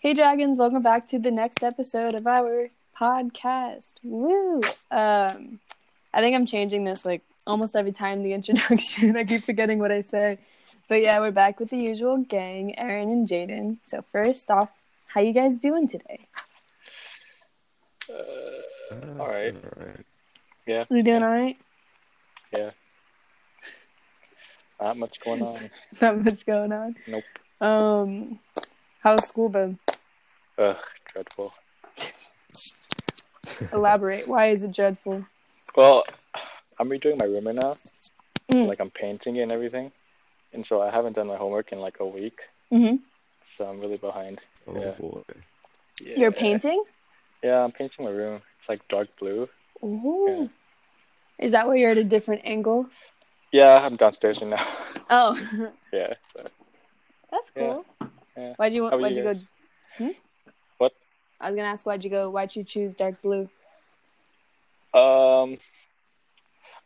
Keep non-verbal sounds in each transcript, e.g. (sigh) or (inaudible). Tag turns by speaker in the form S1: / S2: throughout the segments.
S1: Hey, dragons! Welcome back to the next episode of our podcast. Woo! Um, I think I'm changing this like almost every time the (laughs) introduction. I keep forgetting what I say, but yeah, we're back with the usual gang, Aaron and Jaden. So first off, how you guys doing today?
S2: all right.
S3: Uh,
S2: Yeah,
S1: You doing all right?
S2: not much going on.
S1: (laughs) Not much going on.
S2: Nope.
S1: Um, how's school (laughs) been?
S2: Ugh, dreadful.
S1: Elaborate. Why is it dreadful?
S2: Well, I'm redoing my room right now.
S1: Mm.
S2: Like I'm painting it and everything, and so I haven't done my homework in like a week,
S1: hmm
S2: so I'm really behind.
S3: Oh
S2: Yeah.
S3: boy.
S2: Yeah.
S1: You're painting.
S2: Yeah, I'm painting my room. It's like dark blue.
S1: Ooh. Is that why you're at a different angle?
S2: Yeah, I'm downstairs right now. (laughs)
S1: Oh, (laughs)
S2: yeah. so-
S1: that's
S2: Yeah.
S1: cool.
S2: Yeah.
S1: Why'd you
S2: How about
S1: Why'd you
S2: you
S1: go? Hmm?
S2: What?
S1: I was gonna ask why'd you go? Why'd you choose dark blue?
S2: Um,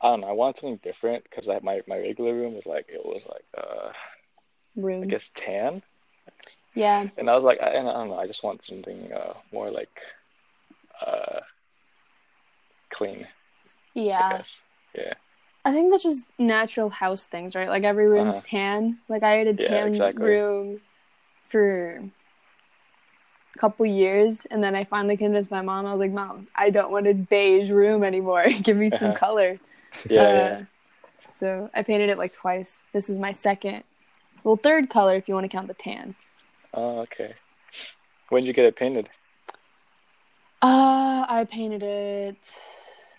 S2: I don't know. I wanted something different because like my my regular room was like it was like uh I
S1: Room.
S2: guess tan,
S1: Yeah.
S2: and I was like I, and I don't know. I just want something uh more like uh clean. I
S1: Yeah.
S2: guess. Yeah.
S1: I think that's just natural house things, right? Like every room's
S2: Uh-huh.
S1: tan. Like I had a
S2: Yeah,
S1: tan
S2: exactly.
S1: room for a couple years, and then I finally convinced my mom. I was like, "Mom, I don't want a beige room anymore. (laughs) Give me some
S2: Uh-huh.
S1: color."
S2: Yeah,
S1: Uh,
S2: yeah.
S1: So I painted it like twice. This is my second, well, third color if you want to count the tan.
S2: Oh, okay. When did you get it painted?
S1: Uh, I painted it.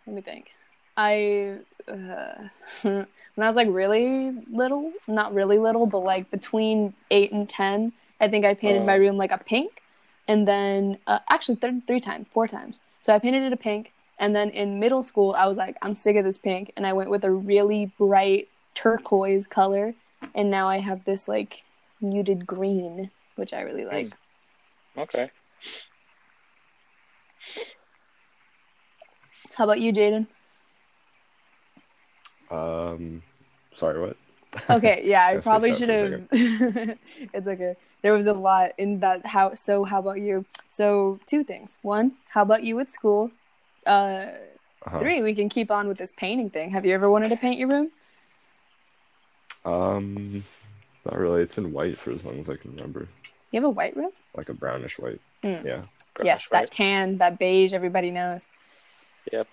S1: Let me think. I uh, (laughs) when I was like really little, not really little, but like between eight and ten, I think I painted
S2: Oh.
S1: my room like a pink, and then uh, actually th- three times, four times. So I painted it a pink, and then in middle school, I was like, I'm sick of this pink, and I went with a really bright turquoise color, and now I have this like muted green, which I really like.
S2: Okay.
S1: How about you, Jaden?
S3: Um, sorry, what?
S1: Okay, yeah, I
S3: That's
S1: probably
S3: messed
S1: should have.
S3: up.
S1: (laughs) it's okay. There was a lot in that. How so? How about you? So two things. One, how about you at school? Uh,
S3: Uh-huh.
S1: Three, we can keep on with this painting thing. Have you ever wanted to paint your room?
S3: Um, not really. It's been white for as long as I can remember,
S1: You have a white room?
S3: like a brownish white.
S1: Mm.
S3: Yeah,
S2: Brush,
S1: yes, that
S2: right?
S1: tan, that beige, everybody knows.
S3: yeah.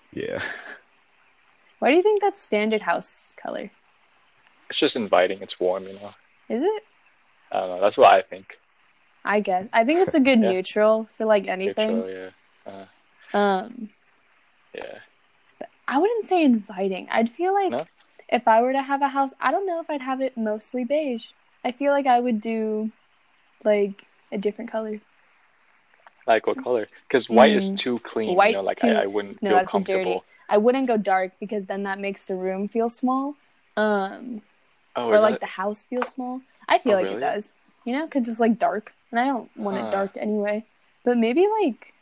S1: Why do you think that's standard house color?
S2: It's just inviting. It's warm, you know.
S1: Is it?
S2: I don't know. That's what I think.
S1: I guess. I think it's a good
S2: Yeah.
S1: neutral for like anything.
S2: Neutral, uh, yeah.
S1: Um,
S2: Yeah.
S1: I wouldn't say inviting. I'd feel like
S2: No?
S1: if I were to have a house, I don't know if I'd have it mostly beige. I feel like I would do like a different color.
S2: Like what color? Because white
S1: Mm.
S2: is too clean. you know,
S1: White's
S2: like
S1: too-
S2: I, I wouldn't
S1: No,
S2: feel
S1: that's a dirty-
S2: comfortable.
S1: I wouldn't go dark because then that makes the room feel small. Um,
S2: Oh,
S1: or
S2: is
S1: like
S2: that-
S1: the house feel small. I feel
S2: Oh,
S1: like it
S2: really?
S1: does. You know, because it's like dark, and I don't want
S2: Huh.
S1: it dark anyway. But maybe like,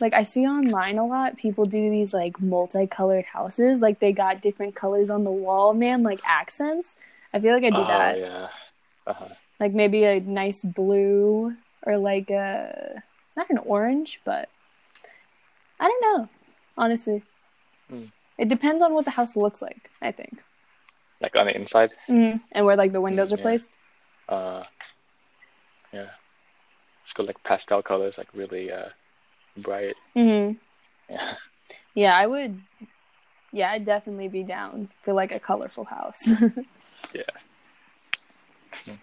S1: like I see online a lot people do these like multicolored houses. Like they got different colors on the wall, man. Like accents. I feel like I do
S2: oh,
S1: that.
S2: yeah. Uh-huh.
S1: Like maybe a nice blue or like a not an orange, but I don't know. Honestly,
S2: Hmm.
S1: it depends on what the house looks like. I think,
S2: Like on the inside.
S1: mm and where like the windows
S2: Mm,
S1: are
S2: yeah.
S1: placed.
S2: Uh, yeah. Just go like pastel colors, like really uh, bright.
S1: hmm
S2: Yeah.
S1: Yeah, I would. Yeah, I'd definitely be down for like a colorful house. (laughs)
S2: Yeah.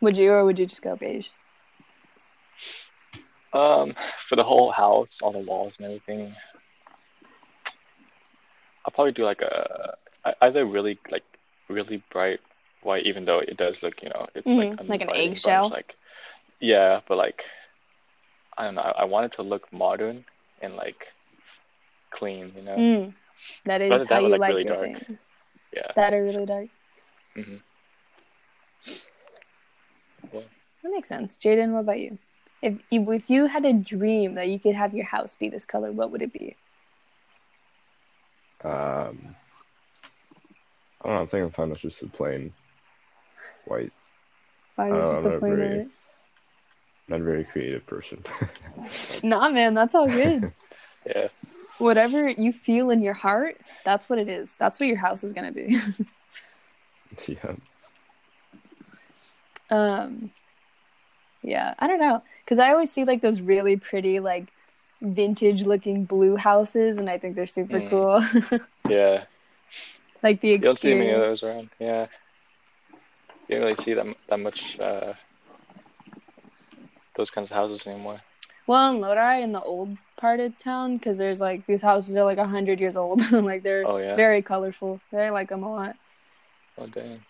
S1: Would you, or would you just go beige?
S2: (laughs) Um, for the whole house, all the walls and everything, I'll probably do like a I- either really like really bright white, even though it does look, you know, it's
S1: Mhm,
S2: like
S1: like an
S2: uninviting, but it's
S1: eggshell.
S2: Like, yeah, but like I don't know. I, I want it to look modern and like clean, you know.
S1: Mm, that is
S2: Rather
S1: how
S2: that
S1: you
S2: or, like,
S1: like
S2: really
S1: your
S2: dark.
S1: things.
S2: Yeah.
S1: That are really dark.
S2: Mhm. Yeah.
S1: That makes sense. Jaden, what about you? If you, if you had a dream that you could have your house be this color, what would it be?
S3: Um, I don't know. I think I'm fine with just the plain white.
S1: Why would
S3: Uh,
S1: just the
S3: not
S1: plain
S3: very-
S1: white?
S3: Not a very creative person. (laughs)
S1: Nah, man, that's all good.
S2: Yeah.
S1: Whatever you feel in your heart, that's what it is. That's what your house is gonna be.
S3: yeah.
S1: um, yeah, I don't know, because I always see like those really pretty, like vintage-looking blue houses, and I think they're super
S2: Mm.
S1: cool. (laughs)
S2: Yeah.
S1: like the
S2: You don't see many of
S1: exterior.
S2: those around. Yeah. You don't really see that, that much uh, those kinds of houses anymore.
S1: Well, in Lodi, in the old part of town, because there's like these houses are like hundred years old. (laughs) like they're
S2: Oh, yeah.
S1: very colorful. I like them a lot.
S2: Oh, dang.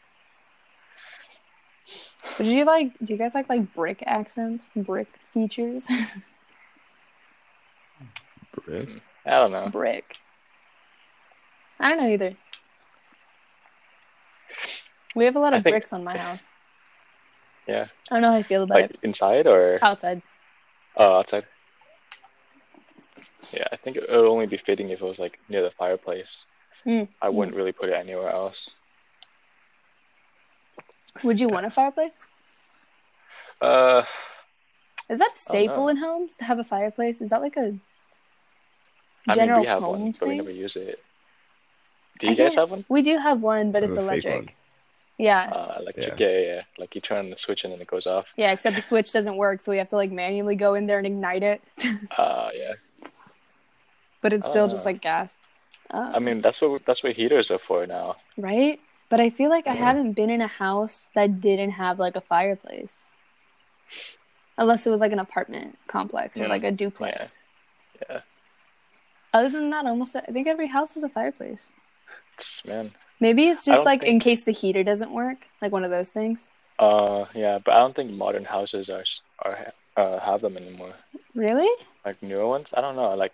S1: But do you like? Do you guys like like brick accents? Brick features?
S3: Brick.
S2: I don't know.
S1: brick. I don't know either. We have a lot
S2: I
S1: of
S2: think-
S1: bricks on my house.
S2: Yeah.
S1: I don't know how I feel about
S2: Like
S1: it.
S2: inside or
S1: Outside.
S2: oh, outside? Yeah, I think it would only be fitting if it was like near the fireplace.
S1: Mm.
S2: I wouldn't really put it anywhere else.
S1: Would you want a fireplace?
S2: Uh,
S1: Is
S2: Oh,
S1: that a staple
S2: know.
S1: in homes to have a fireplace? Is that like a
S2: I mean,
S1: general
S2: we have
S1: home
S2: one, but we
S1: thing?
S2: never use it. Do
S1: I
S2: you guys
S1: can't-
S2: have one?
S1: We do have one, but
S3: I have
S1: it's
S3: a fake
S1: electric.
S3: one.
S1: Yeah.
S2: Uh, electric. Yeah. yeah, yeah. Like you turn on the switch and then it goes off.
S1: Yeah, except the switch doesn't work, so we have to like manually go in there and ignite it. (laughs)
S2: Uh, yeah.
S1: but it's still just
S2: Ah.
S1: like gas. Um,
S2: I mean, that's what that's what heaters are for now.
S1: right? But I feel like I
S3: Yeah.
S1: haven't been in a house that didn't have like a fireplace, unless it was like an apartment complex or
S2: Mm,
S1: like a duplex.
S2: yeah.
S1: Other than that, almost I think every house has a fireplace.
S2: Man.
S1: Maybe it's
S2: I
S1: just
S2: don't
S1: like in
S2: think-
S1: case the heater doesn't work, like one of those things.
S2: Uh, yeah, but I don't think modern houses are are uh, have them anymore.
S1: Really?
S2: Like newer ones, I don't know. Like,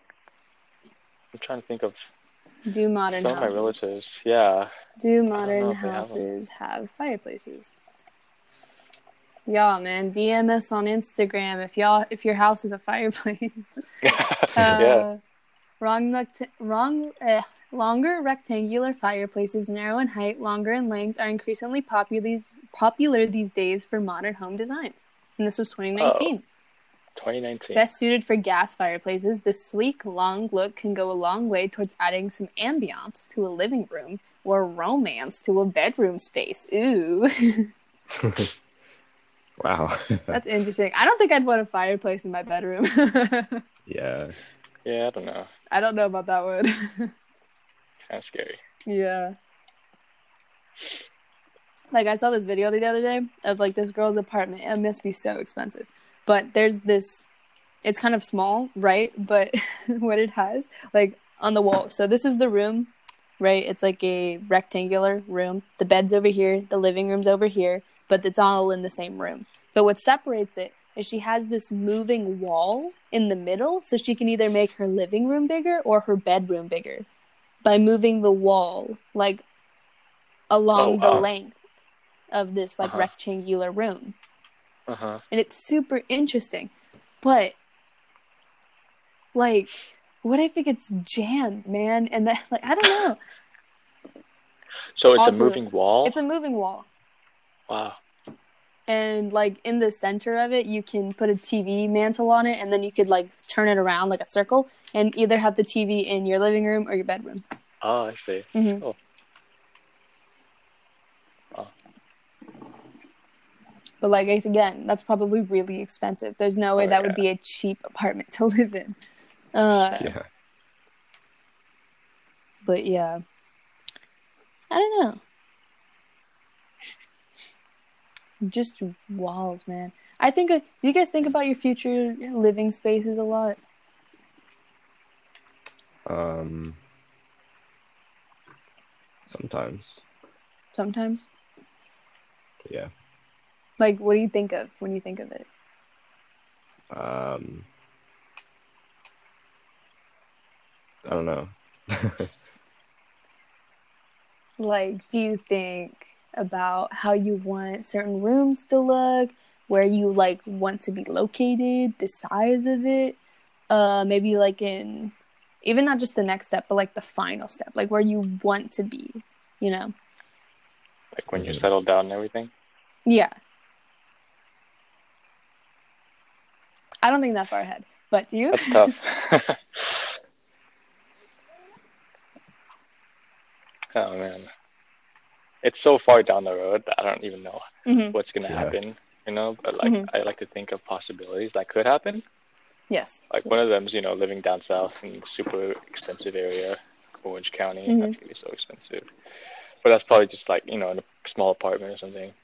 S2: I'm trying to think of
S1: Do modern
S2: some of my
S1: houses
S2: relatives. Yeah, (laughs)
S1: do
S2: know
S1: modern
S2: if they have 'em.
S1: houses have fireplaces? Yeah, man. DM us on Instagram if y'all if your house is a fireplace. (laughs)
S2: yeah.
S1: Uh, Wrong, recta- wrong, eh, longer rectangular fireplaces, narrow in height, longer in length, are increasingly popular popular these days for modern home designs. And this was 2019.
S2: 2019.
S1: Best suited for gas fireplaces, this sleek, long look can go a long way towards adding some ambiance to a living room or romance to a bedroom space. Ooh, (laughs)
S3: Wow. (laughs)
S1: that's interesting. I don't think I'd want a fireplace in my bedroom. (laughs)
S3: yeah.
S2: Yeah, I don't know.
S1: I don't know about that one. (laughs)
S2: Kind of scary.
S1: Yeah. Like I saw this video the other day of like this girl's apartment. It must be so expensive. But there's this it's kind of small, right? But (laughs) what it has, like on the wall. So this is the room, right? It's like a rectangular room. The bed's over here, the living room's over here, but it's all in the same room. But what separates it is she has this moving wall in the middle, so she can either make her living room bigger or her bedroom bigger by moving the wall like along
S2: Oh,
S1: the
S2: wow.
S1: length of this like
S2: Uh-huh.
S1: rectangular room.
S2: Uh huh.
S1: And it's super interesting. But like what if it gets jammed, man? And that like I don't know.
S2: So it's
S1: Also,
S2: a moving wall.
S1: It's a moving wall.
S2: Wow.
S1: and like in the center of it you can put a tv mantle on it and then you could like turn it around like a circle and either have the tv in your living room or your bedroom
S2: Oh, I see.
S1: Mhm.
S2: Oh. Ah.
S1: but like it's- again that's probably really expensive there's no way
S2: Oh,
S1: that would be a cheap apartment (laughs) to live in uh,
S3: Yeah.
S1: but yeah i don't know just walls man i think do you guys think about your future living spaces a lot
S3: Um. Sometimes.
S1: sometimes
S3: Yeah.
S1: like what do you think of when you think of it
S3: Um. I don't know.
S1: like do you think about how you want certain rooms to look where you like want to be located the size of it uh maybe like in even not just the next step but like the final step like where you want to be you know
S2: Like when you
S1: (laughs)
S3: Mhm.
S2: settle down and everything.
S1: yeah I don't think that far ahead, but do you?
S2: That's tough. (laughs) oh man, it's so far down the road that I don't even know
S1: Mhm.
S2: what's gonna
S3: Yeah.
S2: happen. You know, but like
S1: Mhm.
S2: I like to think of possibilities that could happen.
S1: Yes.
S2: Like one of them's you know living down south in super expensive area, Orange County.
S1: Mhm.
S2: That's gonna be so expensive. But that's probably just like you know in a small apartment or something.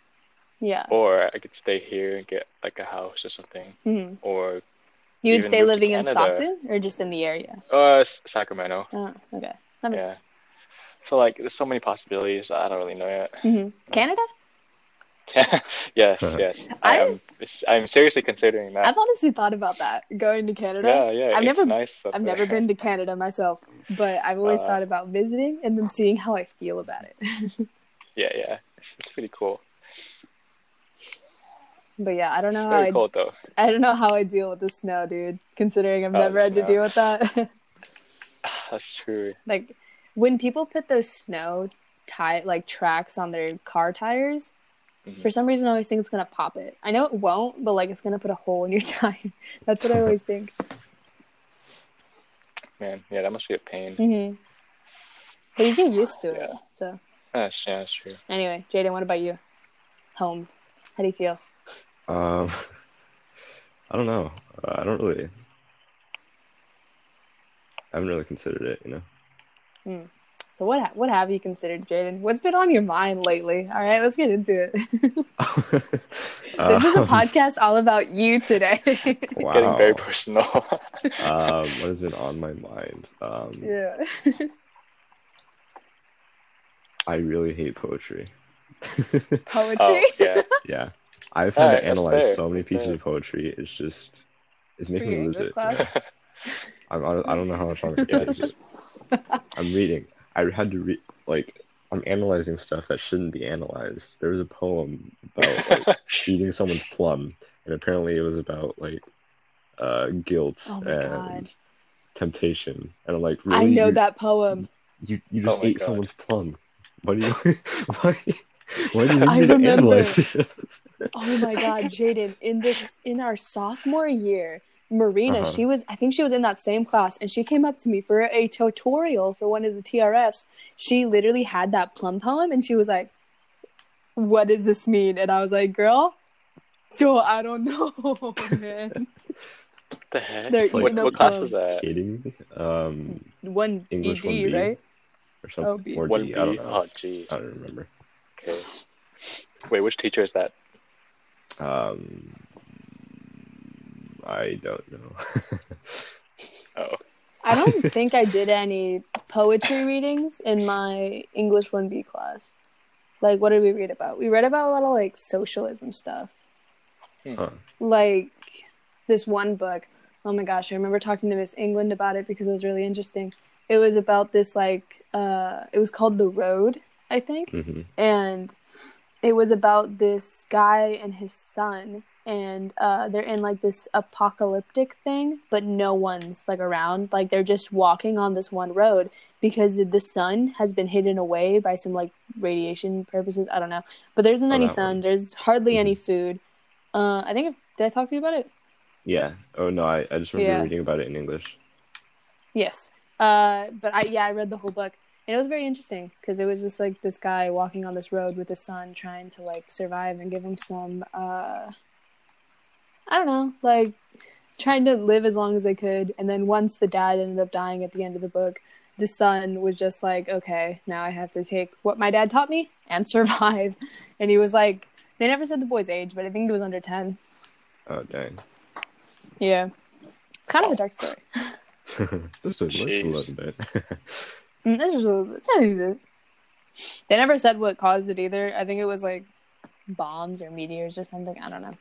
S1: yeah.
S2: Or I could stay here and get like a house or something.
S1: Mhm.
S2: Or
S1: You would
S2: even
S1: stay
S2: moved to
S1: living in
S2: Canada.
S1: Stockton or just in the area?
S2: uh, S- Sacramento.
S1: Oh, okay. That makes
S2: Yeah. So like, there's so many possibilities. I don't really know yet. (laughs)
S1: Mhm. Canada?
S2: yes,
S3: Uh-huh.
S2: yes. I
S1: I've-
S2: am. I'm seriously considering that.
S1: I've honestly thought about that going to Canada.
S2: yeah, yeah.
S1: I've
S2: it's
S1: never-
S2: nice up
S1: I've never
S2: there.
S1: been to Canada myself, but I've always
S2: Uh,
S1: thought about visiting and then seeing how I feel about it.
S2: (laughs)
S1: (laughs)
S2: Yeah, yeah. It's, it's pretty cool.
S1: but yeah, I don't know
S2: It's
S1: how
S2: very
S1: I
S2: cold though. (sighs)
S1: I don't know how I deal with the snow, dude. Considering I've
S2: Oh,
S1: never had to
S2: snow.
S1: deal with that. (laughs)
S2: That's true.
S1: like when people put those snow tie like tracks on their car tires,
S2: Mhm.
S1: for some reason I always think it's gonna pop it. I know it won't, but like it's gonna put a hole in your (laughs) tire. That's what I always
S2: (laughs)
S1: think.
S2: Man, yeah, that must be a pain.
S1: hmm But you get used to it.
S2: Yeah.
S1: So
S2: That's, yeah, that's true.
S1: anyway, Jaden, what about you? Home. How do you feel?
S3: Um, (laughs) I don't know. Uh, I don't really. I haven't really considered it, you know. (laughs)
S1: So what ha- what have you considered, Jaden? What's been on your mind lately? All right, let's get into it. (laughs) this is a
S3: (laughs) Um,
S1: podcast all about you today. (laughs)
S3: (laughs)
S2: Getting very
S3: wow.
S2: personal. (laughs)
S3: um, what has been on my mind? Um,
S1: yeah.
S3: I really hate poetry.
S1: (laughs)
S3: (laughs)
S1: Poetry.
S2: oh, (laughs) yeah.
S3: yeah, I've had
S2: Alright,
S3: to
S2: that's
S3: analyze
S2: fair,
S3: so many
S2: that's
S3: pieces
S2: fair.
S3: of poetry. It's just, it's
S1: for
S3: making
S1: your
S3: me lose
S1: English
S3: it.
S1: class.
S2: (laughs)
S3: I'm, I don't- I don't know how much longer I can take
S1: (laughs)
S3: it. I'm reading. I had to read like I'm analyzing stuff that shouldn't be analyzed. There was a poem about like,
S1: (laughs)
S3: eating someone's plum, and apparently it was about like uh, guilt
S1: Oh my
S3: and
S1: God.
S3: temptation. And I'm like,
S1: I
S3: really?
S1: know
S3: you,
S1: that poem.
S3: You you
S2: Oh
S3: just
S2: my
S3: ate
S2: God.
S3: someone's plum. Why do you (laughs) why why do you need
S1: I
S3: me to
S1: remember.
S3: analyze this?
S1: Oh my god, Jaden, in this in our sophomore year, Marina,
S3: Uh-huh.
S1: she was I think she was in that same class and she came up to me for a tutorial for one of the TRFs. She literally had that plum poem and she was like, "What does this mean?" And I was like, "Girl, do I don't (laughs) know, man."
S2: the heck?
S1: They're
S2: what
S1: eating up
S2: what class
S1: the-
S2: is
S3: (laughs)
S2: that?
S3: Kidding me? Um,
S1: One
S3: English
S1: ED,
S3: 1B.
S1: E right?
S3: or
S1: Oh,
S3: something.
S1: B.
S3: or
S2: One
S3: D,
S2: B.
S3: I don't know. Uh,
S2: Oh, geez.
S3: I don't remember.
S2: Okay. Wait, which teacher is that?
S3: Um, I don't know. (laughs)
S2: Oh,
S1: I don't think I did any poetry readings in my English 1B class. Like, what did we read about? We read about a lot of like socialism stuff.
S3: Huh.
S1: Like, this one book. Oh my gosh, I remember talking to Miss England about it because it was really interesting. It was about this, like, uh, it was called The Road, I think
S3: hmm
S1: and it was about this guy and his son and uh, they're in like this apocalyptic thing but no one's like around like they're just walking on this one road because the sun has been hidden away by some like radiation purposes i don't know but there isn't
S3: Oh,
S1: any
S3: that
S1: sun
S3: one. Mm-hmm.
S1: there's hardly any food uh, i think did i talk to you about it
S3: Yeah. Oh no, I, I just remember
S1: Yeah.
S3: reading about it in English.
S1: Yes. Uh, but I yeah, I read the whole book, and it was very interesting because it was just like this guy walking on this road with his son, trying to like survive and give him some uh, I don't know, like trying to live as long as they could. And then once the dad ended up dying at the end of the book, the son was just like, okay, now I have to take what my dad taught me and (laughs) survive. And he was like, they never said the boy's age, but I think he was under ten.
S3: Oh dang. (laughs)
S1: Yeah, kind of a dark story.
S3: just a
S2: Jeez.
S3: little bit. (laughs)
S1: Mm, This is a, it's not even- They never said what caused it either. I think it was like bombs or meteors or something. I don't know.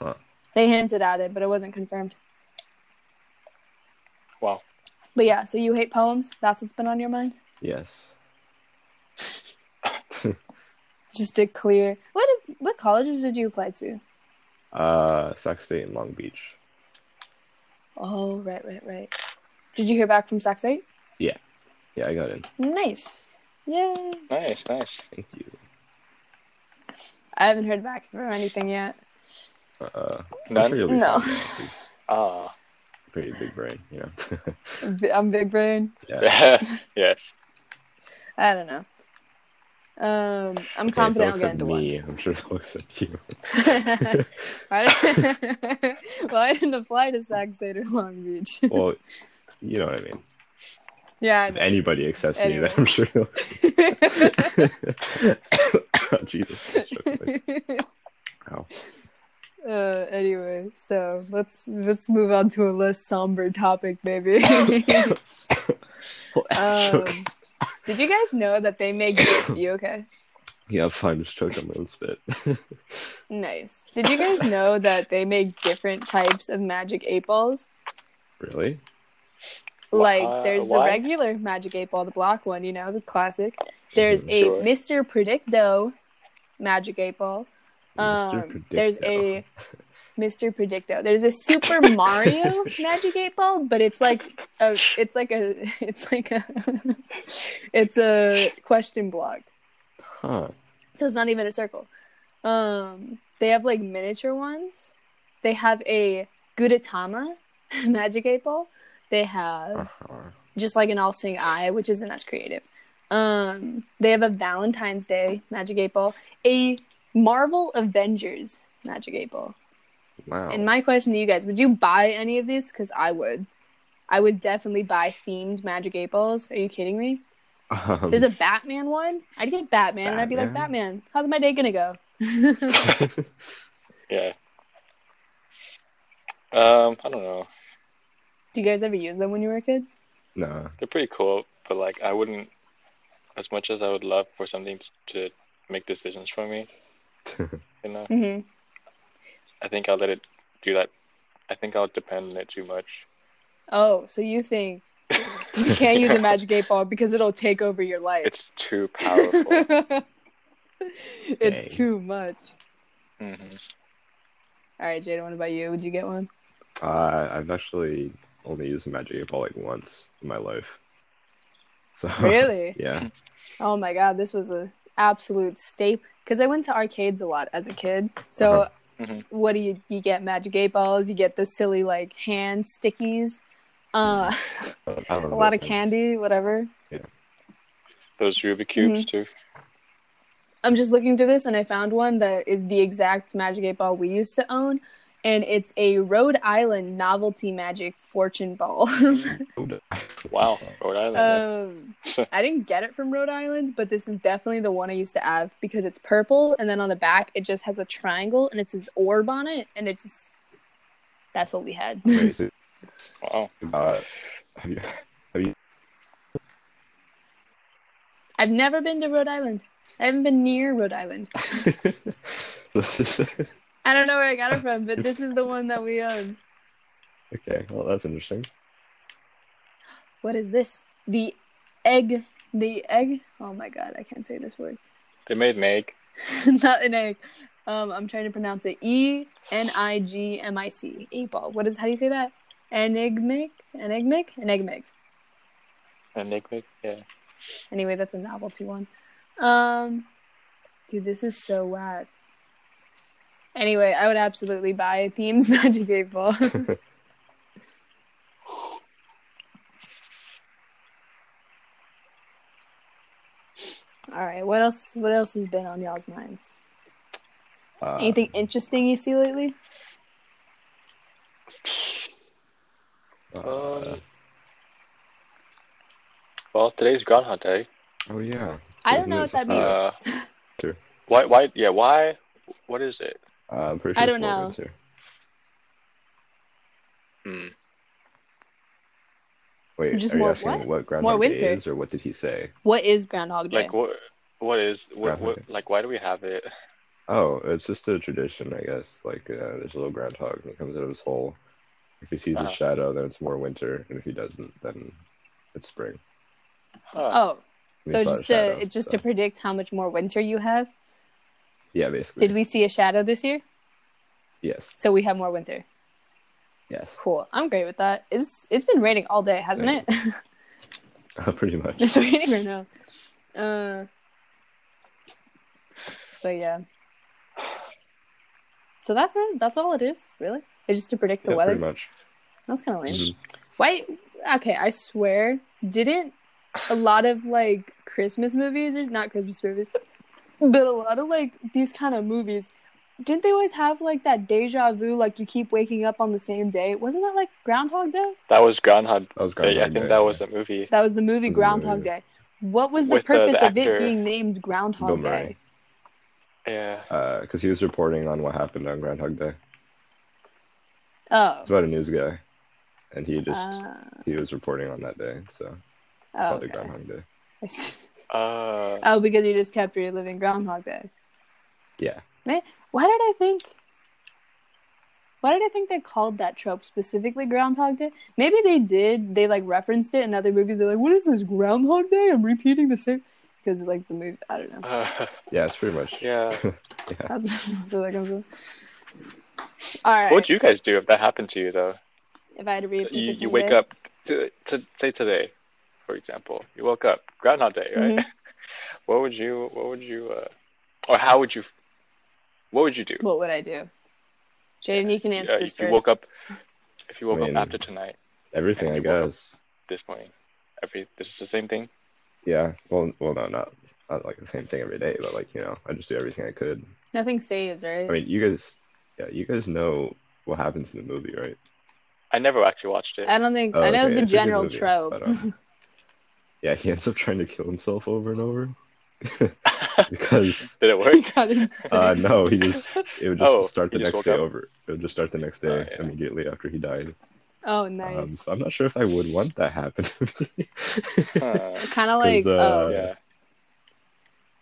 S3: Huh.
S1: They hinted at it, but it wasn't confirmed.
S2: wow.
S1: But yeah, so you hate poems? That's what's been on your mind?
S3: yes.
S1: Just to clear. What what colleges did you apply to?
S3: Uh, Sac State and Long Beach.
S1: Oh, right, right, right. Did you hear back from Sac State?
S3: Yeah, I got in.
S1: Nice. Yay.
S2: Nice, nice.
S3: Thank you.
S1: I haven't heard back from anything yet.
S3: Uh, I'm
S2: None?
S3: Uh, sure you'll be
S1: No.
S3: fine, man, 'cause (laughs)
S2: Ah, (laughs)
S3: Pretty big brain, you know.
S1: I'm big brain.
S3: yeah.
S2: yes.
S1: I don't know. Um, I'm
S3: Okay, if
S1: confident I'll
S3: it
S1: get
S3: looks
S1: into
S3: at
S1: one.
S3: me, I'm sure it looks at you.
S1: (laughs) Why did- (laughs) Why didn't apply to Sac State or Long Beach?
S3: Well, you know what I mean.
S1: (laughs) yeah, I
S3: If
S1: know.
S3: anybody accepts me,
S1: Anyway.
S3: then I'm sure. They'll... (laughs) Jesus. that's choking me. Ow.
S1: (laughs) uh, anyway, so let's let's move on to a less somber topic,
S2: (laughs)
S1: maybe. (laughs)
S3: (laughs)
S1: um, did you guys know that they make? You okay?
S3: yeah, I'm fine. Just choked on my own spit. (laughs)
S1: Nice. Did you guys know that they make different types of magic eight balls?
S3: really?
S2: Wha-
S1: Like
S2: uh,
S1: there's the
S2: why?
S1: regular magic eight ball, the black one, you know, the classic. There's a
S2: Mm-hmm. Sure.
S1: Mr. Predicto magic eight ball.
S3: Mr.
S1: Um, there's
S3: Predicto.
S1: a Mr. Predicto. There's a Super Mario magic eight ball, but it's like a, it's like a, (laughs) it's like a, it's a question block. uh,
S3: Huh.
S1: So it's not even a circle. Um, they have like miniature ones. They have a Gudetama (laughs) magic eight ball. They have
S3: Uh-huh.
S1: just like an all seeing eye, which isn't as creative. Um, they have a Valentine's Day Magic Eight Ball, a Marvel Avengers Magic Eight Ball.
S3: Wow.
S1: And my question to you guys: Would you buy any of these? Because I would. I would definitely buy themed Magic Eight Balls. Are you kidding me?
S3: Um, (laughs)
S1: There's a Batman one. I'd get Batman, and I'd be like, Batman, how's my day gonna go?
S2: Yeah. Um, I don't know.
S1: Do you guys ever use them when you were a kid?
S3: nah.
S2: They're pretty cool, but like I wouldn't, as much as I would love for something to make decisions for
S3: (laughs)
S2: me, you know,
S1: hmm
S2: I think I'll let it do that. I think I'll depend on it too much.
S1: Oh, so you think you can't use a Magic Eight Ball because it'll take over your life?
S2: It's (laughs) too
S1: (laughs)
S2: powerful.
S1: it's
S3: Dang.
S1: too much.
S2: hmm
S1: All right, Jada, what about you? Would you get one?
S3: Uh, I've actually only used the magic eight ball like once in my life. So (laughs)
S1: Really?
S3: yeah.
S1: oh my god, this was a absolute staple. Because I went to arcades a lot as a kid. So
S3: Uh-huh.
S2: Mhm.
S1: what do you you get? Magic eight balls. You get those silly like hand stickies. Uh,
S3: I don't
S1: (laughs)
S3: know
S1: a lot of
S3: those things.
S1: candy, whatever.
S2: Those Rubik
S1: Mm-hmm.
S2: cubes too.
S1: I'm just looking through this and I found one that is the exact Magic 8 ball we used to own. And it's a Rhode Island novelty magic fortune ball. (laughs)
S2: Wow, Rhode Island.
S1: um, I didn't get it from Rhode Island, but this is definitely the one I used to have because it's purple. And then on the back, it just has a triangle and it says orb on it. And it just, that's what we had.
S3: Wait, is it-
S2: wow.
S3: uh, have you- (laughs)
S1: I've never been to Rhode Island. I haven't been near Rhode Island.
S3: (laughs) okay,
S1: I don't know where I got it from, but this is the one that we um, own.
S3: well that's interesting.
S1: what is this? The egg. The egg. Oh my god, I can't say this word.
S2: They made an egg.
S1: (laughs) Not an egg. Um, I'm trying to pronounce it. E N I G M I C. Eight ball. What is? How do you say that? Enigmic. Enigmic. Enigmic.
S2: An egg made. Yeah.
S1: Anyway, that's a novelty one. Um, dude, this is so whack. Anyway, I would absolutely buy a themes (laughs) magic eight ball. All right, what else? What else has been on y'all's minds?
S3: Uh,
S1: Anything interesting you see lately?
S3: uh,
S2: Um, well, today's Groundhog Day.
S3: oh yeah.
S1: I don't know what that means. (laughs)
S2: Uh,
S3: Sure.
S2: why? Why? Yeah. Why? What is it?
S3: Uh, I'm pretty
S1: I
S3: sure
S1: don't know.
S3: it's Walgreens here.
S2: Hmm.
S3: Wait,
S1: Just
S3: are you
S1: more
S3: asking
S1: what?
S3: what, Groundhog
S1: More
S3: Day
S1: winter.
S3: is, or what did he say?
S1: What is Groundhog Day?
S2: Like what? What is? What,
S3: Groundhog
S2: what?
S3: Day.
S2: Like why do we have it?
S3: Oh, it's just a tradition, I guess. Like, uh, there's a little groundhog, and he comes out of his hole. If he sees
S2: Uh-huh.
S3: his shadow, then it's more winter, and if he doesn't, then it's spring.
S2: Huh.
S1: oh,
S3: We
S1: so
S3: saw a
S1: just
S3: shadow,
S1: to it's just to
S3: so-
S1: predict how much more winter you have.
S3: yeah, basically.
S1: Did we see a shadow this year?
S3: Yes,
S1: So we have more winter.
S3: yes, (laughs)
S1: Cool. I'm great with that. It's it's been raining all day, hasn't
S3: Same.
S1: it? (laughs)
S3: Oh, pretty much.
S1: it's raining right now. Uh, but yeah. So that's right. That's all it is, really. It's just to predict the
S3: Yeah,
S1: weather.
S3: pretty much.
S1: That's kind of lame.
S3: Mhm.
S1: Why? Okay, I swear, didn't a lot of like Christmas movies or not Christmas movies, but a lot of like these kind of movies, didn't they always have like that deja vu? Like you keep waking up on the same day. Wasn't that like Groundhog Day?
S2: That was Groundhog
S3: That was
S2: Day.
S3: Groundhog
S2: I think
S3: Day,
S2: that was
S3: yeah.
S2: the movie.
S1: That was the movie
S3: Mm.
S1: Groundhog Day. What was the
S2: With, uh, the
S1: purpose of it
S2: actor
S1: being named
S3: Bill
S1: Groundhog
S3: Murray.
S1: Day?
S2: Yeah.
S3: because Uh, he was reporting on what happened on Groundhog Day.
S1: Oh,
S3: It's about a news guy, and he just
S1: uh,
S3: he was reporting on that day, so
S1: oh,
S3: called it
S1: okay.
S3: Groundhog Day.
S2: Uh,
S1: (laughs)
S2: (laughs)
S1: oh, because you just kept reliving Groundhog Day.
S3: Yeah,
S1: Why did I think? Why did I think they called that trope specifically Groundhog Day? Maybe they did. They like referenced it in other movies. They're like, "What is this Groundhog Day? I'm repeating the same." Because like the movie, I don't know.
S2: uh,
S3: yeah, it's pretty much. (laughs)
S2: yeah.
S3: Yeah.
S1: That's, (laughs) that's where that comes from. All right.
S2: What would you guys do if that happened to you, though?
S1: if I had to repeat
S2: You,
S1: this,
S2: you
S1: anyway.
S2: wake up, to, to, say today, for example. You woke up, Groundhog Day, right?
S1: Mm-hmm.
S2: (laughs) What would you, what would you, uh, or how would you, what would you do?
S1: What would I do? Jaden, you can answer
S2: Uh,
S1: this
S2: if you
S1: first.
S2: woke up, if you woke
S3: Man.
S2: up after tonight,
S3: Everything, I
S2: You woke up-
S3: guess.
S2: this morning, every, this is the same thing?
S3: Yeah. Well, well, no, not not like the same thing every day, but like you know, I just do everything I could.
S1: Nothing saves, right?
S3: I mean, you guys, yeah, you guys know what happens in the movie, right?
S2: I never actually watched it.
S1: I don't think
S3: Oh,
S1: I know
S3: okay,
S1: the
S3: it's a good
S1: general
S3: movie,
S1: trope. (laughs)
S3: but, um, yeah, he ends up trying to kill himself over
S1: (laughs)
S3: and over (laughs) because
S2: Did it work?
S1: He (laughs) got insane.
S3: uh, no, he just it would just
S2: Oh,
S3: start the
S2: he
S3: next
S2: just woke
S3: day
S2: up?
S3: over. It would just start the next day
S2: Oh, yeah.
S3: immediately after he died.
S1: oh,
S3: Um,
S1: nice.
S3: so I'm not sure if I would want that happen (laughs) to me.
S2: Huh.
S1: kind of like
S3: uh,
S1: oh,
S2: Yeah.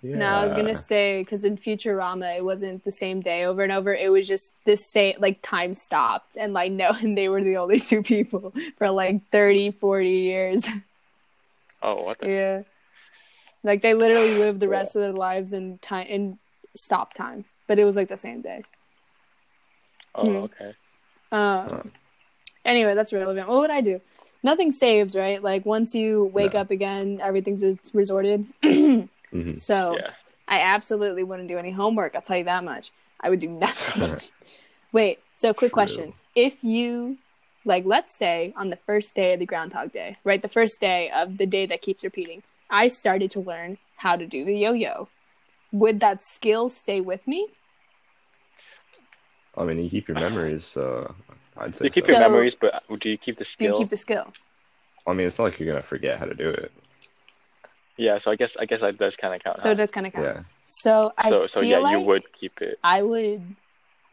S1: No, I was
S3: Yeah.
S1: gonna say because in Futurama it wasn't the same day over and over. It was just the same like time stopped and like no, (laughs) and they were the only two people (laughs) for like 30, 40 years. (laughs)
S2: Oh, what the?
S1: yeah, like they literally lived the
S2: Yeah.
S1: rest of their lives in time in stop time, but it was like the same day.
S2: Oh,
S1: Hmm.
S2: okay.
S1: Um,
S3: Huh.
S1: Anyway, that's relevant. What would I do? Nothing saves, right? Like once you wake
S3: No.
S1: up again, everything's just resorted. (clears throat)
S3: Mhm.
S1: So
S2: Yeah.
S1: I absolutely wouldn't do any homework. I'll tell you that much. I would do
S3: (laughs)
S1: nothing. Wait, so quick
S3: True.
S1: question. If you, like, let's say on the first day of the Groundhog Day, right? The first day of the day that keeps repeating, I started to learn how to do the yo yo. Would that skill stay with me?
S3: I mean, you keep your memories, so I'd say.
S2: You keep
S3: so.
S2: your
S1: So-
S2: memories, but do you keep the
S1: Do you
S2: skill?
S1: keep the skill?
S3: I mean, it's not like you're gonna forget how to do it.
S2: Yeah, so I guess I guess that does kind of count.
S1: So
S2: huh?
S1: it does kind of count.
S3: Yeah.
S1: So I
S2: Uh-huh. so
S1: feel
S2: so yeah,
S1: like
S2: you would keep it.
S1: I would.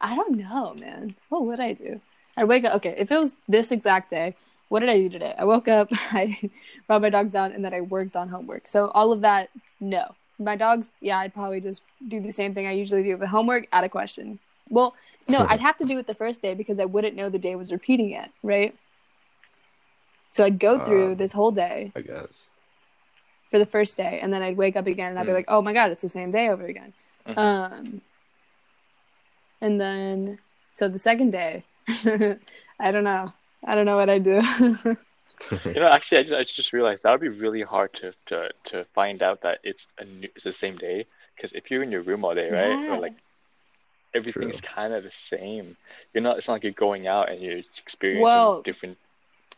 S1: I don't know, man. What would I do? I'd wake up. Okay, if it was this exact day, what did I do today? I woke up, (laughs) I brought my dogs down, and then I worked on homework. So all of that, no. My dogs, yeah, I'd probably just do the same thing I usually do. But homework, out of question. Well, no, I'd have to do it the first day because I wouldn't know the day was repeating it, right? So I'd go through
S3: Um.
S1: this whole day
S3: I guess.
S1: for the first day, and then I'd wake up again and I'd be
S2: Mm.
S1: like, "Oh my god, it's the same day over again."
S2: Mhm.
S1: Um, and then so the second day, (laughs) I don't know, I don't know what I do. (laughs)
S3: (laughs)
S2: You know, actually, I just, I just realized that would be really hard to to, to find out that it's a new, it's the same day because if you're in your room all day, right,
S1: Yeah.
S2: or like everything's
S3: True.
S2: kind of the same. You're not. It's not like you're going out and you're experiencing
S1: Well,
S2: different.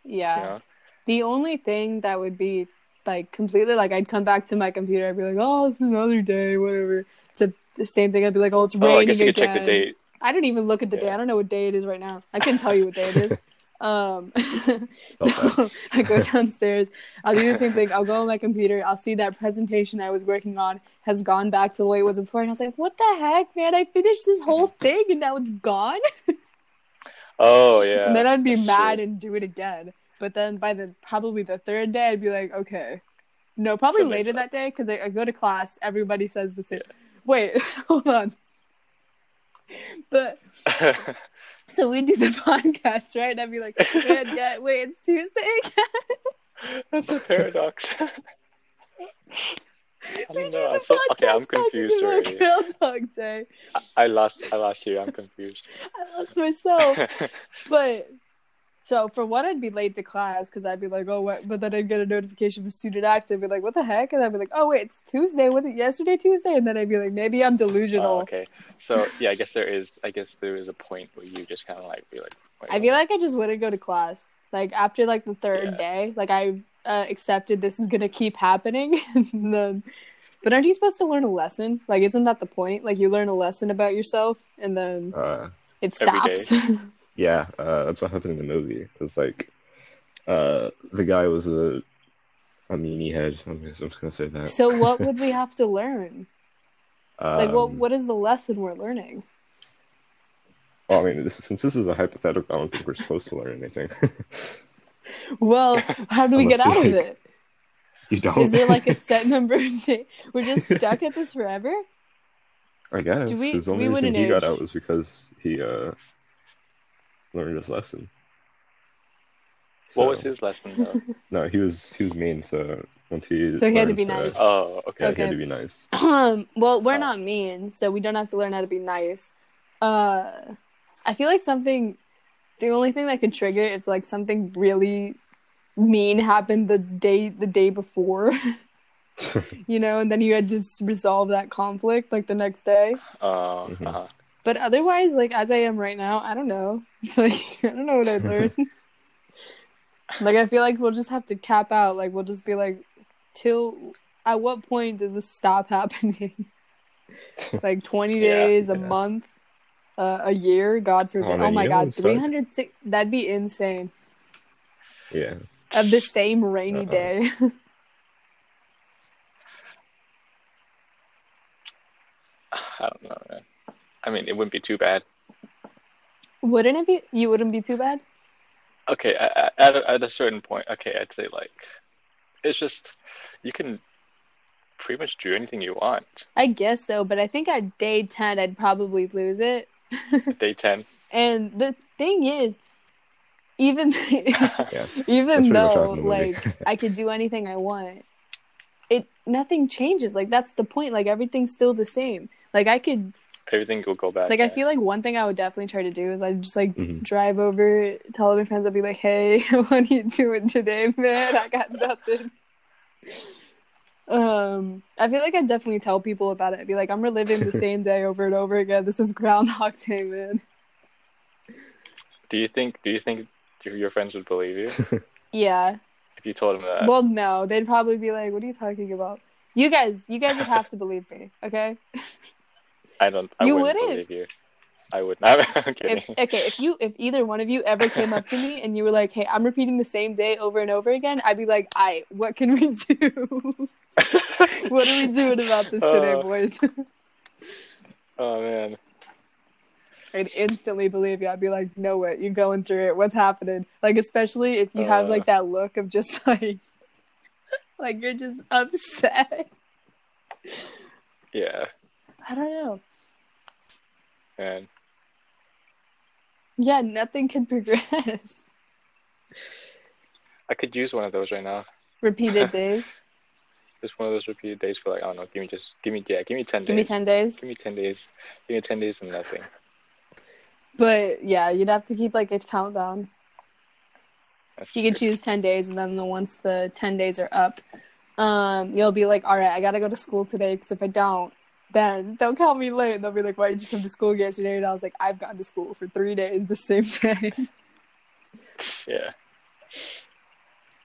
S1: yeah,
S2: You know,
S1: the only thing that would be like completely like I'd come back to my computer, I'd be like, "Oh, it's another day, whatever." It's a, the same thing. I'd be like, "Oh, it's raining
S2: oh, I guess you
S1: again."
S2: could check the date.
S1: I don't even look at the day.
S2: Yeah.
S1: I don't know what day it is right now. I couldn't tell you what day it
S2: (laughs)
S1: is. Um, (laughs)
S3: Okay.
S1: so (laughs) I go downstairs. I'll do the same thing. I'll go on my computer. I'll see that presentation I was working on has gone back to the way it was before. And I was like, what the heck, man? I finished this
S2: (laughs)
S1: whole thing and now it's gone. (laughs)
S2: Oh yeah.
S1: and then I'd be
S2: that's
S1: mad
S2: true.
S1: and do it again. But then by the probably the third day, I'd be like, okay. No, probably
S2: That makes
S1: later that
S2: sense.
S1: day because I, I go to class. Everybody says the same. Wait, (laughs) hold on. But so we do the (laughs) podcast, right? And I'd be like, man, yeah, wait, it's Tuesday again.
S2: (laughs) That's a paradox. (laughs) I
S1: We
S2: don't
S1: do
S2: know.
S1: the
S2: I'm so, okay, I'm
S1: podcast talking
S2: confused
S1: about
S2: already.
S1: Groundhog Day.
S2: I lost. I lost you. I'm confused.
S1: I lost
S2: (laughs)
S1: myself. But so for one, I'd be late to class because I'd be like, oh, what? But then I'd get a notification from student acts. I'd be like, what the heck? And I'd be like, oh, wait, it's Tuesday. Was it yesterday Tuesday? And then I'd be like, maybe I'm delusional.
S2: Oh, okay. So yeah, I guess there is. I guess there is a point where you just kind of like be like,
S1: I feel like I just wouldn't go to class. Like after like the third
S2: Yeah.
S1: day, like I uh, accepted this is gonna keep happening. (laughs) and then, but aren't you supposed to learn a lesson? Like, isn't that the point? Like you learn a lesson about yourself, and then
S3: Uh,
S1: it
S2: Every day.
S1: stops. (laughs)
S3: yeah, uh, that's what happened in the movie. It was like, uh, the guy was a, a meanie head. I'm just, I'm just gonna say that.
S1: so what would we have to learn? Like, what
S3: Um,
S1: what is the lesson we're learning?
S3: Well, I mean, this, since this is a hypothetical, I don't think we're supposed to learn anything. (laughs)
S1: Well, how do we get out
S3: Unless
S1: of
S3: you-
S1: it?
S3: you don't.
S1: Is there like a set number of days? We're just stuck at this forever.
S3: I guess
S1: Do we-
S3: 'cause the only
S1: we
S3: reason
S1: wouldn't
S3: he
S1: age.
S3: got out was because he uh learned his lesson.
S2: What was
S3: So-
S2: his lesson
S1: (laughs)
S2: though?
S3: No, he was he was mean. So once he
S1: So he had to
S3: learned
S1: be nice.
S2: oh,
S3: yeah,
S2: okay.
S3: he had
S1: Okay.
S3: to be nice.
S1: Um, well, we're
S2: Uh,
S1: not mean, so we don't have to learn how to be nice. Uh, I feel like something, the only thing that could trigger it if like something really mean happened the day the day before, (laughs) you know, and then you had to s- resolve that conflict like the next day.
S2: Uh,
S3: Mhm.
S2: uh-huh.
S1: But otherwise, like as I am right now, I don't know. (laughs) Like I don't know what I'd learn. like I feel like we'll just have to cap out. Like we'll just be like, till at what point does this stop happening? (laughs) like twenty
S2: Yeah,
S1: days, a
S3: yeah.
S1: month, uh, a year. God
S3: Oh,
S1: forbid. Oh,
S3: man,
S1: my
S3: you
S1: God,
S3: always suck.
S1: three hundred six. That'd be insane.
S3: Yeah,
S1: Of the same rainy
S3: Uh-uh.
S1: day. (laughs)
S2: I don't know, man. I mean, it wouldn't be too bad.
S1: wouldn't it be? You wouldn't be too bad.
S2: Okay, at, at, a, at a certain point, okay, I'd say like, it's just you can pretty much do anything you want.
S1: I guess so, but I think at day ten, I'd probably lose it.
S2: Day ten.
S1: And the thing is, even (laughs)
S3: yeah.
S1: even
S3: That's pretty much
S1: though
S3: happened to me.
S1: like I could do anything I want, it nothing changes. Like that's the point. Like everything's still the same. Like I could
S2: Everything will go back.
S1: like I
S2: there.
S1: feel like one thing I would definitely try to do is I'd just like
S3: Mhm.
S1: drive over, tell all my friends I'd be like, Hey, (laughs) what are you doing today, man? I got nothing. Um, I feel like I'd definitely tell people about it. I'd be like, I'm reliving
S3: (laughs)
S1: the same day over and over again. This is groundhog day, man.
S2: Do you think? Do you think your your friends would believe you
S1: Yeah.
S2: if you told them that?
S1: Well, no, they'd probably be like, "What are you talking about?" You guys, you guys would have to believe me, okay?
S2: I don't. I
S1: you
S2: wouldn't,
S1: wouldn't.
S2: believe you. I would not. (laughs) I'm kidding.
S1: (laughs) If okay, if you, if either one of you ever came up to me and you were like, "Hey, I'm repeating the same day over and over again," I'd be like, "I, what can we do? (laughs) what are we doing about this today,
S2: Uh.
S1: boys?" (laughs)
S2: oh man.
S1: I'd instantly believe you. I'd be like, "Know what? You're going through it. What's happening?" Like, especially if you have
S2: Uh.
S1: like that look of just (laughs) like, like you're just upset.
S2: Yeah,
S1: I don't know.
S2: man.
S1: Yeah, nothing can progress. (laughs)
S2: I could use one of those right now.
S1: Repeated days.
S2: Just one of those repeated days for like I don't know. Give me just give me yeah. Give me ten days.
S1: Give me 10 days.
S2: Give me ten days. Give me ten days and nothing.
S1: But yeah, you'd have to keep like a countdown.
S2: That's
S1: You could
S2: weird.
S1: choose 10 days, and then the, once the 10 days are up, um, you'll be like, all right, I gotta go to school today because if I don't, then they'll call me late. And they'll be like, why did you come to school yesterday? And I was like, I've gone to school for three days the same (laughs) day.
S2: Yeah.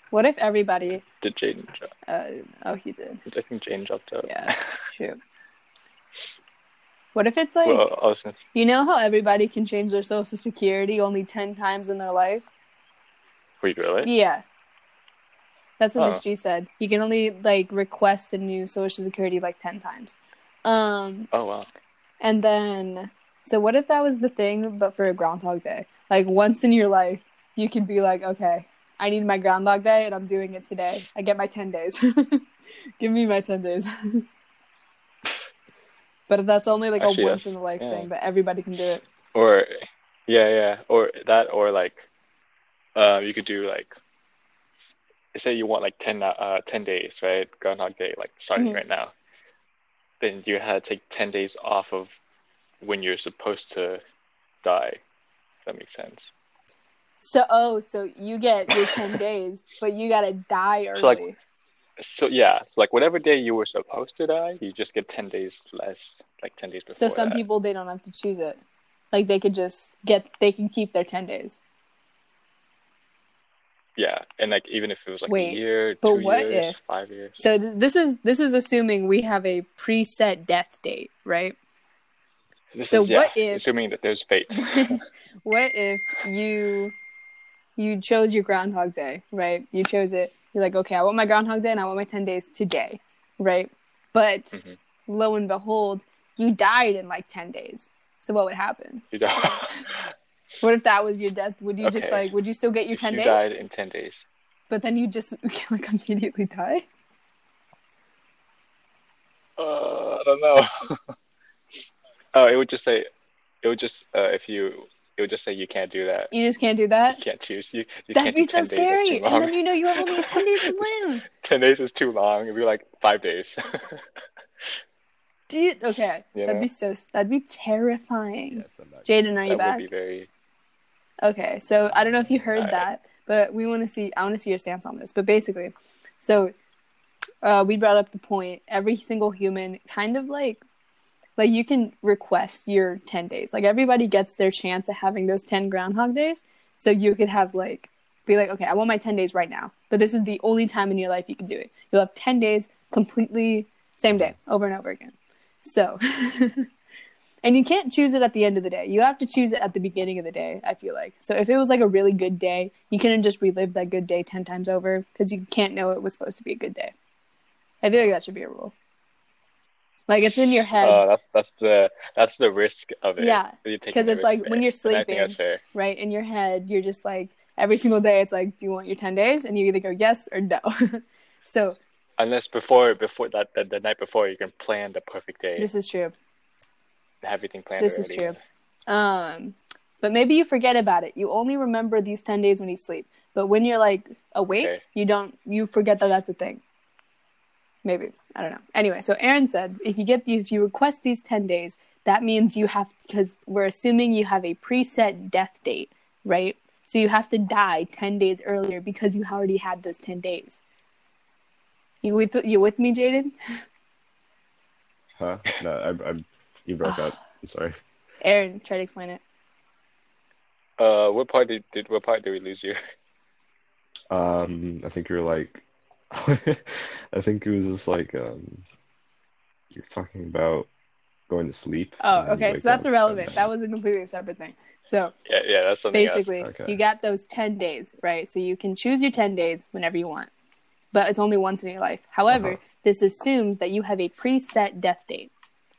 S1: what if everybody.
S2: Did Jaden? drop-
S1: Uh, oh, he did.
S2: I think Jaden dropped out.
S1: Yeah,
S2: (laughs)
S1: shoot. What if it's like,
S2: Well, I was gonna
S1: you know how everybody can change their social security only 10 times in their life?
S2: Wait, really?
S1: Yeah. That's what
S2: Oh.
S1: Miss G said. You can only like request a new social security like ten times. Um
S2: Oh wow.
S1: and then so what if that was the thing but for a groundhog day? Like once in your life you could be like, Okay, I need my groundhog day and I'm doing it today. I get my ten days. (laughs) Give me my ten days. (laughs) but if that's only like a
S2: Actually,
S1: once
S2: that's-
S1: in a life
S2: yeah.
S1: thing, but everybody can do it.
S2: Or yeah, yeah. Or that or like uh you could do like say you want like 10 uh 10 days, right? Groundhog Day like starting
S1: Mhm.
S2: right now. Then you had to take 10 days off of when you're supposed to die. If that makes sense.
S1: So oh, so you get your ten days, but you gotta die early.
S2: So, like, So yeah, so like whatever day you were supposed to die, you just get 10 days less, like 10 days before
S1: So some
S2: that.
S1: people they don't have to choose it. Like they could just get they can keep their ten days.
S2: Yeah, and like even if it was like
S1: Wait,
S2: a year,
S1: but
S2: two
S1: what
S2: years,
S1: if-
S2: five years.
S1: So th- this is this is assuming we have a preset death date, right?
S2: This
S1: so
S2: is, yeah,
S1: what if-
S2: assuming that
S1: (laughs)
S2: there's fate?
S1: what if you you chose your groundhog day right you chose it you're like okay i want my groundhog day and i want my 10 days today right but
S2: Mhm.
S1: lo and behold you died in like 10 days so what would happen (laughs)
S2: you know,
S1: what if that was your death would you just
S2: Okay.
S1: like would you still get your
S2: if
S1: 10
S2: you
S1: days
S2: died in ten days.
S1: but then you just (laughs) like immediately die
S2: Uh, I don't know. (laughs) oh, it would just say, it would just uh, if you, it would just say you can't do that.
S1: you just can't do
S2: You
S1: that
S2: can't choose. You, you
S1: that'd
S2: can't do
S1: be so
S2: 10 days,
S1: scary
S2: that's too
S1: and then
S2: long.
S1: you know you have only 10 days to live
S2: (laughs) Ten days is too long. It'd be like five days. (laughs)
S1: Do you- okay
S2: You
S1: that'd
S2: know?
S1: be so that'd be terrifying
S3: Yes, I'm back.
S1: jaden are you
S2: that
S1: back
S2: would be very.
S1: Okay, so I don't know if you heard
S2: Alright.
S1: that, but we want to see. I want to see your stance on this. But basically, so uh, we brought up the point: every single human, kind of like, like you can request your ten days. Like everybody gets their chance at having those ten Groundhog Days. So you could have like, be like, okay, I want my ten days right now, but this is the only time in your life you can do it. You'll have ten days completely same day over and over again. So. (laughs) And you can't choose it at the end of the day. You have to choose it at the beginning of the day, I feel like. So if it was like a really good day, you couldn't just relive that good day 10 times over because you can't know it was supposed to be a good day. I feel like that should be a rule. Like it's in your
S2: Oh,
S1: head,
S2: that's that's the that's the risk of it.
S1: Yeah,
S2: You're taking
S1: 'cause
S2: the
S1: it's
S2: risk
S1: like
S2: of
S1: when
S2: it,
S1: you're
S2: and I think that's
S1: sleeping.
S2: fair.
S1: right? In your head, you're just like every single day it's like, do you want your 10 days? And you either go yes or no. (laughs) so
S2: Unless before before that the, the night before you can plan the perfect day,
S1: this is true.
S2: have everything planned.
S1: This is
S2: already.
S1: true. Um, but maybe you forget about it. You only remember these 10 days when you sleep. But when you're like awake,
S2: Okay.
S1: you don't, you forget that that's a thing. Maybe. I don't know. Anyway, so Aaron said if you get the, if you request these 10 days, that means you have, because we're assuming you have a preset death date, right? So you have to die 10 days earlier because you already had those 10 days. You with, you with me, Jaden?
S3: Huh? No, I, I, you broke
S1: (sighs)
S3: up. I'm sorry.
S1: Aaron, try to explain it.
S2: Uh, what part did, did what part did we lose you? (laughs)
S3: Um, I think you were like, (laughs) I think it was just like, um, you're talking about going to sleep.
S1: Oh,
S3: and then you
S1: okay.
S3: wake
S1: So that's
S3: up.
S1: irrelevant. That was a completely separate thing. So
S2: Yeah, yeah, that's something else.
S1: basically,
S3: Okay.
S1: you got those 10 days, right? So you can choose your 10 days whenever you want, but it's only once in your life. However,
S3: Uh-huh.
S1: this assumes that you have a preset death date,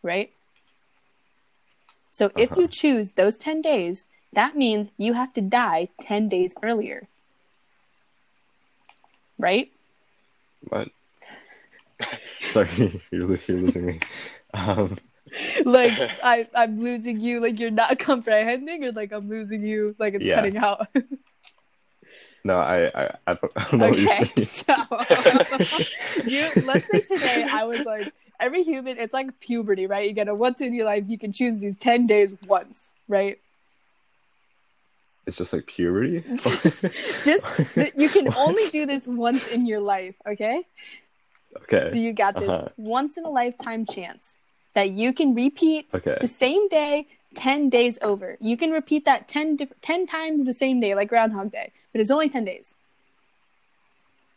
S1: right? So if
S3: Uh-huh.
S1: you choose those 10 days, that means you have to die 10 days earlier,
S3: (laughs)
S1: right? (laughs)
S3: What? Sorry, (laughs) you're, lo- you're losing me. Um,
S1: Like, I, I'm losing you, like, you're not comprehending, or like, I'm losing you, like, it's
S3: Yeah.
S1: cutting out.
S3: no, I, I, I don't, I don't know (laughs) what you're
S1: Okay,
S3: saying.
S1: (laughs) so you let's say today I was like every human it's like puberty, right? You get a once in your life, you can choose these ten days once,
S3: (laughs)
S1: right? (laughs)
S3: It's just like puberty.
S1: Just- Just that you can only do this once in your life, okay? So
S3: Okay.
S1: you got this
S3: Uh-huh.
S1: once in a lifetime chance that you can repeat
S3: Okay.
S1: the same day 10 days over. You can repeat that 10 diff- 10 times the same day like groundhog day, but it's only 10 days.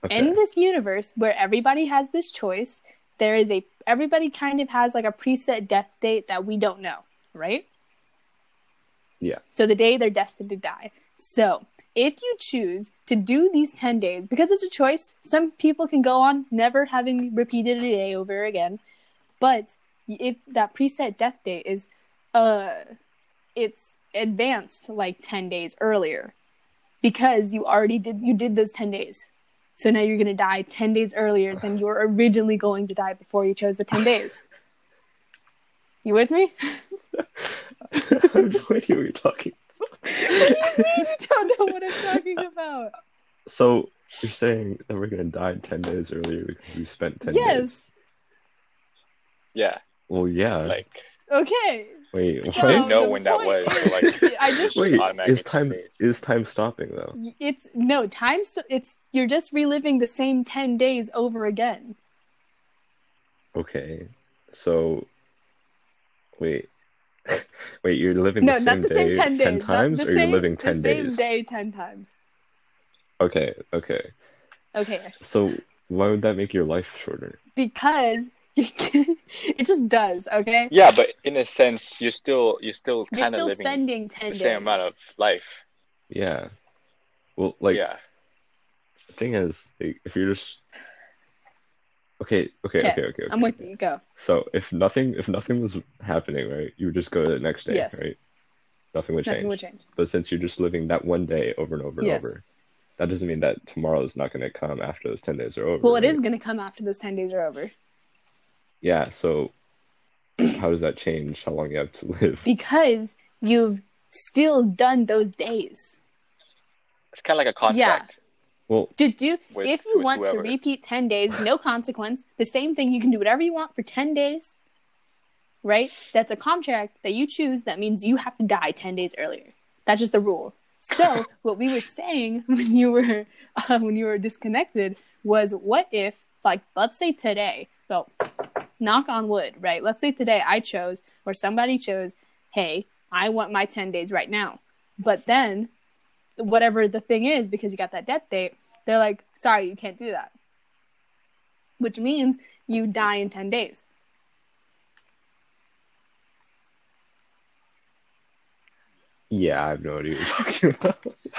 S3: Okay.
S1: in this universe where everybody has this choice, there is a everybody kind of has like a preset death date that we don't know, right?
S3: Yeah.
S1: So the day they're destined to die. So if you choose to do these 10 days, because it's a choice, some people can go on never having repeated a day over again. But if that preset death date is, uh, it's advanced like 10 days earlier because you already did, you did those 10 days. So now you're going to die 10 days earlier than you were originally going to die before you chose the 10 days. You with
S3: (laughs)
S1: me? (laughs)
S3: I have no idea (laughs) what you're talking.
S1: what do you mean you don't know what I'm talking about?
S3: So you're saying that we're gonna die ten days earlier because we spent ten
S1: yes.
S3: days.
S2: Yeah,
S3: Well, yeah.
S2: like
S1: Okay.
S3: Wait,
S1: so-
S2: I didn't
S3: what?
S1: No,
S2: know
S1: the
S2: when that
S1: point
S2: was.
S1: is-
S2: so, like,
S1: (laughs) I just
S3: Wait,
S2: automatic
S3: is time
S2: days.
S3: is time stopping though?
S1: it's no time st- it's you're just reliving the same 10 days over again.
S3: Okay, so wait, (laughs) Wait, you're living
S1: No,
S3: the
S1: not
S3: same
S1: the
S3: day
S1: same 10 days. not
S3: times,
S1: the
S3: or
S1: same,
S3: you're living
S1: the
S3: 10
S1: same
S3: days?
S1: day 10 times.
S3: Okay, okay.
S1: Okay.
S3: So why would that make your life shorter?
S1: Because you can, (laughs) it just does, okay?
S2: Yeah, but in a sense, you're still you're still
S1: You're
S2: kind of
S1: still
S2: living
S1: spending 10
S2: the
S1: days.
S2: same amount of life.
S3: Yeah. Well, like
S2: yeah,
S3: the thing is, like, if you're just okay, okay, okay,
S1: Okay,
S3: okay, okay.
S1: I'm with you. Go.
S3: So if nothing, if nothing was happening, right, you would just go to the next day,
S1: Yes.
S3: right? Nothing would
S1: Nothing
S3: change.
S1: will change.
S3: But since you're just living that one day over and over and
S1: Yes.
S3: over, that doesn't mean that tomorrow is not going to come after those 10 days are over.
S1: Well, it
S3: right?
S1: is going to come after those 10 days are over.
S3: Yeah, so (clears throat) how does that change how long you have to live?
S1: Because you've still done those days.
S2: it's kind of like a contract.
S3: Well,
S1: To do
S2: With-
S1: if you
S2: with
S1: want
S2: whoever.
S1: to repeat 10 days,
S2: (laughs)
S1: no consequence. The same thing, you can do whatever you want for 10 days. Right? That's a contract that you choose that means you have to die 10 days earlier. That's just the rule.
S2: (laughs)
S1: So, what we were saying (laughs) when you were uh, when you were disconnected was what if like let's say today, so knock on wood, right? Let's say today I chose or somebody chose, "Hey, I want my 10 days right now." But then whatever the thing is because you got that death date, they're like, sorry, you can't do that. Which means you die in 10 days.
S3: yeah, I have no idea what you're talking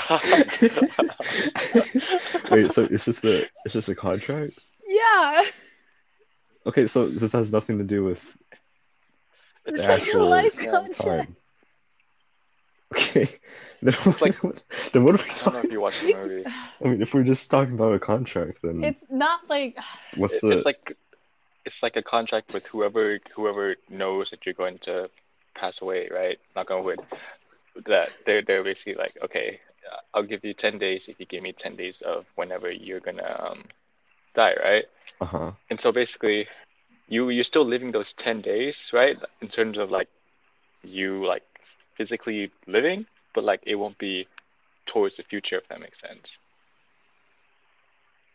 S3: (laughs) about. (laughs)
S2: (laughs)
S3: Wait, so it's just a it's just a contract?
S1: Yeah.
S3: Okay, so this has nothing to do with
S1: It's
S3: the
S1: like a
S3: actual
S1: life
S2: yeah,
S1: contract.
S3: time. Okay. (laughs) Then what,
S2: like-
S3: then what are we
S2: I don't know
S3: talking
S2: if you
S1: (laughs)
S2: watched the movie.
S3: I mean, if we're just talking about a contract, then
S1: It's not like, (laughs)
S3: what's
S2: It-
S3: the
S2: It's like it's like a contract with whoever whoever knows that you're going to pass away, right? Knock on wood. That they're they're basically like, okay, I'll give you ten days if you give me ten days of whenever you're gonna um, die, right?
S3: uh-huh.
S2: And so basically, you you're still living those ten days, right? In terms of like you like physically living, but like it won't be towards the future, if that makes sense.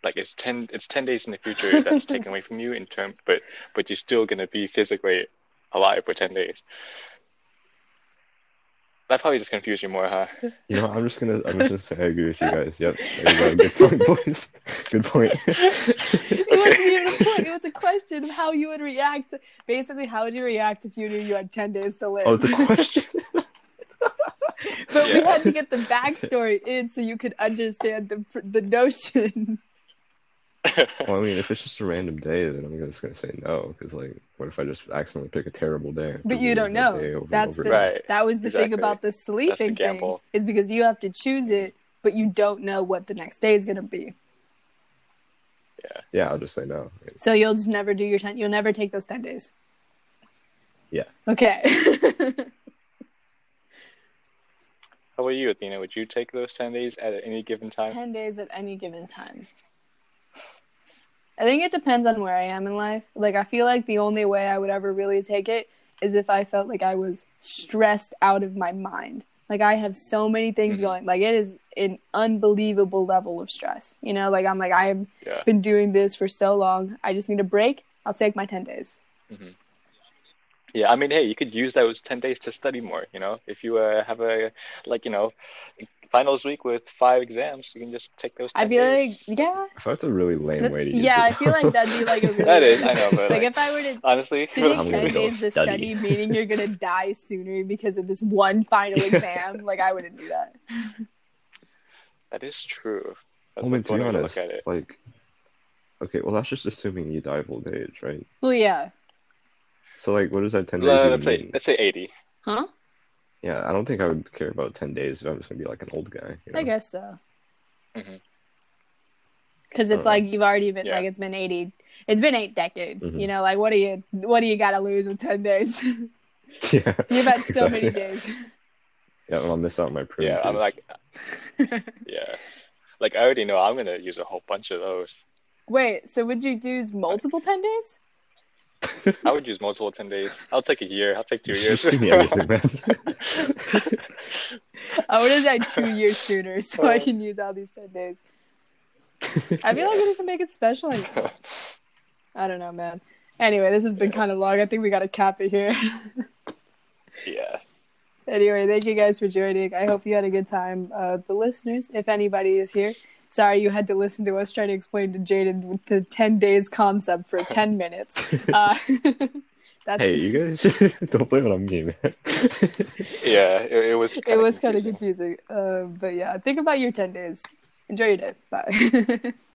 S2: Like it's ten it's ten days in the future that's taken away from you in term, but but you're still gonna be physically alive for ten days. That probably just confused you more, huh? (laughs)
S3: You know, I'm just gonna, I'm just gonna say I agree with you guys. Yep, there you go. Good point, boys. (laughs) Good
S2: (laughs)
S3: point.
S1: it wasn't even a point. It was a question of how you would react. Basically, how would you react if you knew you had 10 days to live?
S3: Oh, the question.
S1: (laughs) but we
S2: Yeah.
S1: had to get the backstory in so you could understand the, the notion.
S3: Well, I mean, if it's just a random day, then I'm just gonna say no, because like, what if I just accidentally pick a terrible day?
S1: But you don't know. That's the
S2: Right.
S1: that was the thing
S2: exactly.
S1: about the sleeping thing
S2: gamble.
S1: is because you have to choose it, but you don't know what the next day is going to be.
S3: Yeah, I'll just say no.
S1: So you'll just never do your ten. You'll never take those ten days.
S3: Yeah.
S1: Okay. (laughs)
S2: How about you, Athena? Would you take those ten days at any given time?
S1: ten days at any given time. I think it depends on where I am in life. Like I feel like the only way I would ever really take it is if I felt like I was stressed out of my mind. Like I have so many things
S2: Mhm.
S1: going. Like it is an unbelievable level of stress. You know, like I'm like I'm
S2: Yeah.
S1: been doing this for so long. I just need a break. I'll take my 10 days.
S2: Yeah, I mean, hey, you could use those 10 days to study more, you know? If you uh, have a, like, you know, finals week with five exams, you can just take those
S1: I
S2: 10
S1: feel
S2: days.
S1: like, yeah.
S3: I thought that's a really lame
S1: that-
S3: way to use
S1: yeah,
S3: it.
S1: I feel like that'd be
S3: (laughs)
S1: like a really.
S2: That is,
S1: (laughs)
S2: I know, but
S1: Like
S2: like,
S1: if I were to, to
S2: honestly,
S1: take
S3: I'm
S1: 10
S3: gonna go
S1: days to
S3: study.
S1: study, meaning you're going
S3: (laughs)
S1: to die sooner because of this one final exam, like I wouldn't do that.
S2: (laughs) that is true. That's
S3: I mean, to
S2: the
S3: be
S2: funny way
S3: honest,
S2: look at it.
S3: like, okay, well, that's just assuming you die of old age, right?
S1: Well, yeah.
S3: So, like, what does that 10 days
S2: No,
S3: even
S2: let's say,
S3: mean?
S2: let's say 80.
S1: Huh?
S3: Yeah, I don't think I would care about 10 days if I'm just gonna be like an old guy, you
S1: I
S3: know?
S1: guess so.
S3: Mm-hmm.
S2: Mhm.
S1: Cause it's
S3: Uh,
S1: like you've already been
S2: yeah.
S1: like it's been eighty, it's been eight decades.
S3: Mhm.
S1: You know, like what do you what do you got to lose in ten days?
S3: (laughs)
S1: (laughs)
S3: Yeah.
S1: You've had so
S3: exactly.
S1: many days.
S3: Yeah, and I'll miss out on my prune.
S2: Yeah, I'm
S1: (laughs)
S3: juice.
S2: like, yeah. Like, I already know I'm gonna use a whole bunch of those.
S1: Wait, so would you use multiple 10 days?
S2: I would use multiple 10 days. I'll take a year.
S3: (laughs)
S2: I'll take two years.
S3: Just give
S2: (laughs)
S3: me everything, man.
S1: (laughs) I would have died two years sooner (laughs) so
S3: Oh.
S1: I can use all these 10 days.
S3: (laughs)
S1: I feel like it doesn't make it special. anymore. I don't know, man. Anyway, this has been kind of long. I think we got to cap it here.
S2: yeah.
S1: (laughs) Anyway, thank you guys for joining. I hope you had a good time. Uh, the listeners, if anybody is here, sorry you had to listen to us try to explain to Jaden the 10 days concept for
S3: (laughs)
S1: 10 minutes. Uh, (laughs) that's,
S3: Hey, you guys, (laughs) don't blame it on me, man.
S2: Yeah, it, it was.
S1: it was kind of
S2: confusing.
S1: confusing. Uh, but yeah, think about your 10 days. Enjoy your day. Bye. (laughs)